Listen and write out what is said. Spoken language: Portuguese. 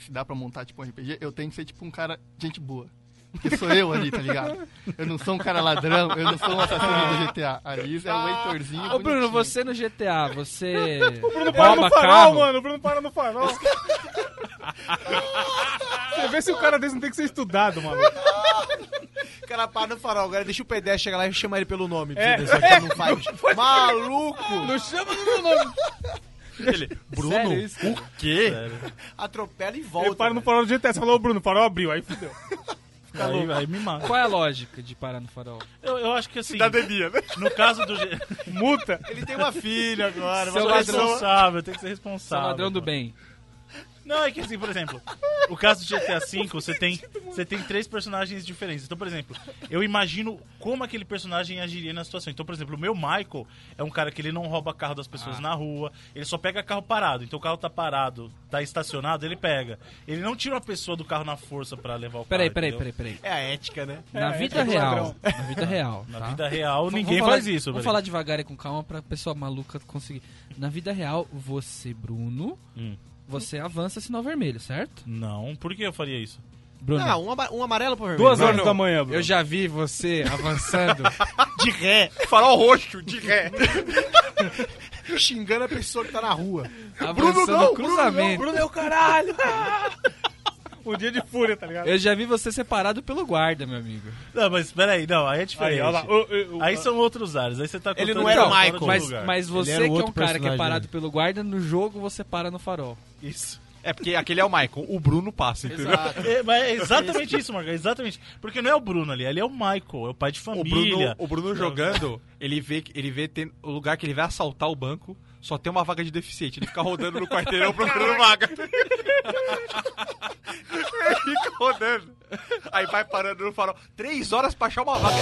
sentar pra montar, tipo, um RPG, eu tenho que ser, tipo, um cara, gente boa. Porque sou eu ali, tá ligado? Eu não sou um cara ladrão, eu não sou um assassino do GTA. Ali é o Heitorzinho. Ô, Bruno, bonitinho. você no GTA, você. O Bruno para rouba no farol, carro? mano. O Bruno para no farol. Você vê se o cara desse não tem que ser estudado, mano. O cara para no farol, agora deixa o pedestre chegar lá e chama ele pelo nome. É, Só que não faz. Maluco! Não chama do meu nome. Ele, Bruno, Sério isso, o quê? Atropela e volta. Ele para no velho. farol do GTA. Você falou, ô, Bruno, o farol abriu. Aí fudeu. Aí, aí me mata. Qual é a lógica de parar no farol? Eu, eu acho que assim, Cidadania, né? no caso do... G- Multa. Ele tem uma filha agora. Eu Seu Mas sou ladrão. olha só. responsável, tem que ser Sou responsável. ladrão do pô. Tá bem. Não, é que assim, por exemplo, o caso do GTA V, você tem, você tem três personagens diferentes. Então, por exemplo, eu imagino como aquele personagem agiria na situação. Então, por exemplo, o meu Michael é um cara que ele não rouba carro das Ah. pessoas na rua, ele só pega carro parado. Então, o carro tá parado, tá estacionado, ele pega. Ele não tira uma pessoa do carro na força pra levar o carro. Peraí, peraí, entendeu? peraí, peraí. É a ética, né? Na É, vida é do real. ladrão. Na vida real. Na tá? vida real, Vamos- ninguém vamos faz falar- isso. Vamos velho. falar devagar e com calma pra pessoa maluca conseguir. Na vida real, você, Bruno, Hum. você avança sinal vermelho, certo? Não, por que eu faria isso? Bruno. Ah, um, ama- um amarelo pro vermelho. Duas Vai. horas da manhã, Bruno. Eu já vi você avançando. De ré. Farol roxo, de ré. Xingando a pessoa que tá na rua. avançando não, Bruno não, cruzamento. Bruno é o caralho. Um dia de fúria, tá É ligado? Eu já vi você separado pelo guarda, meu amigo. Não, mas peraí, não, aí é diferente. Aí, olha lá. Ô, ô, ô, Aí ó. são outros áreas. Aí você tá Ele contando não era o fora de Michael. Mas, lugar. mas você era que é um outro cara que é personagem, né? parado pelo guarda, no jogo você para no farol. Isso. É porque aquele é o Michael. O Bruno passa, entendeu? É, mas é exatamente isso, Marcão. Exatamente. Porque não é o Bruno ali, ali é o Michael, é o pai de O família. Bruno, o Bruno jogando, ele vê, ele vê tem, o lugar que ele vai assaltar o banco, só tem uma vaga de deficiente. Ele fica rodando no quarteirão procurando vaga. ele fica rodando. Aí vai parando no farol. Três horas pra achar uma vaga.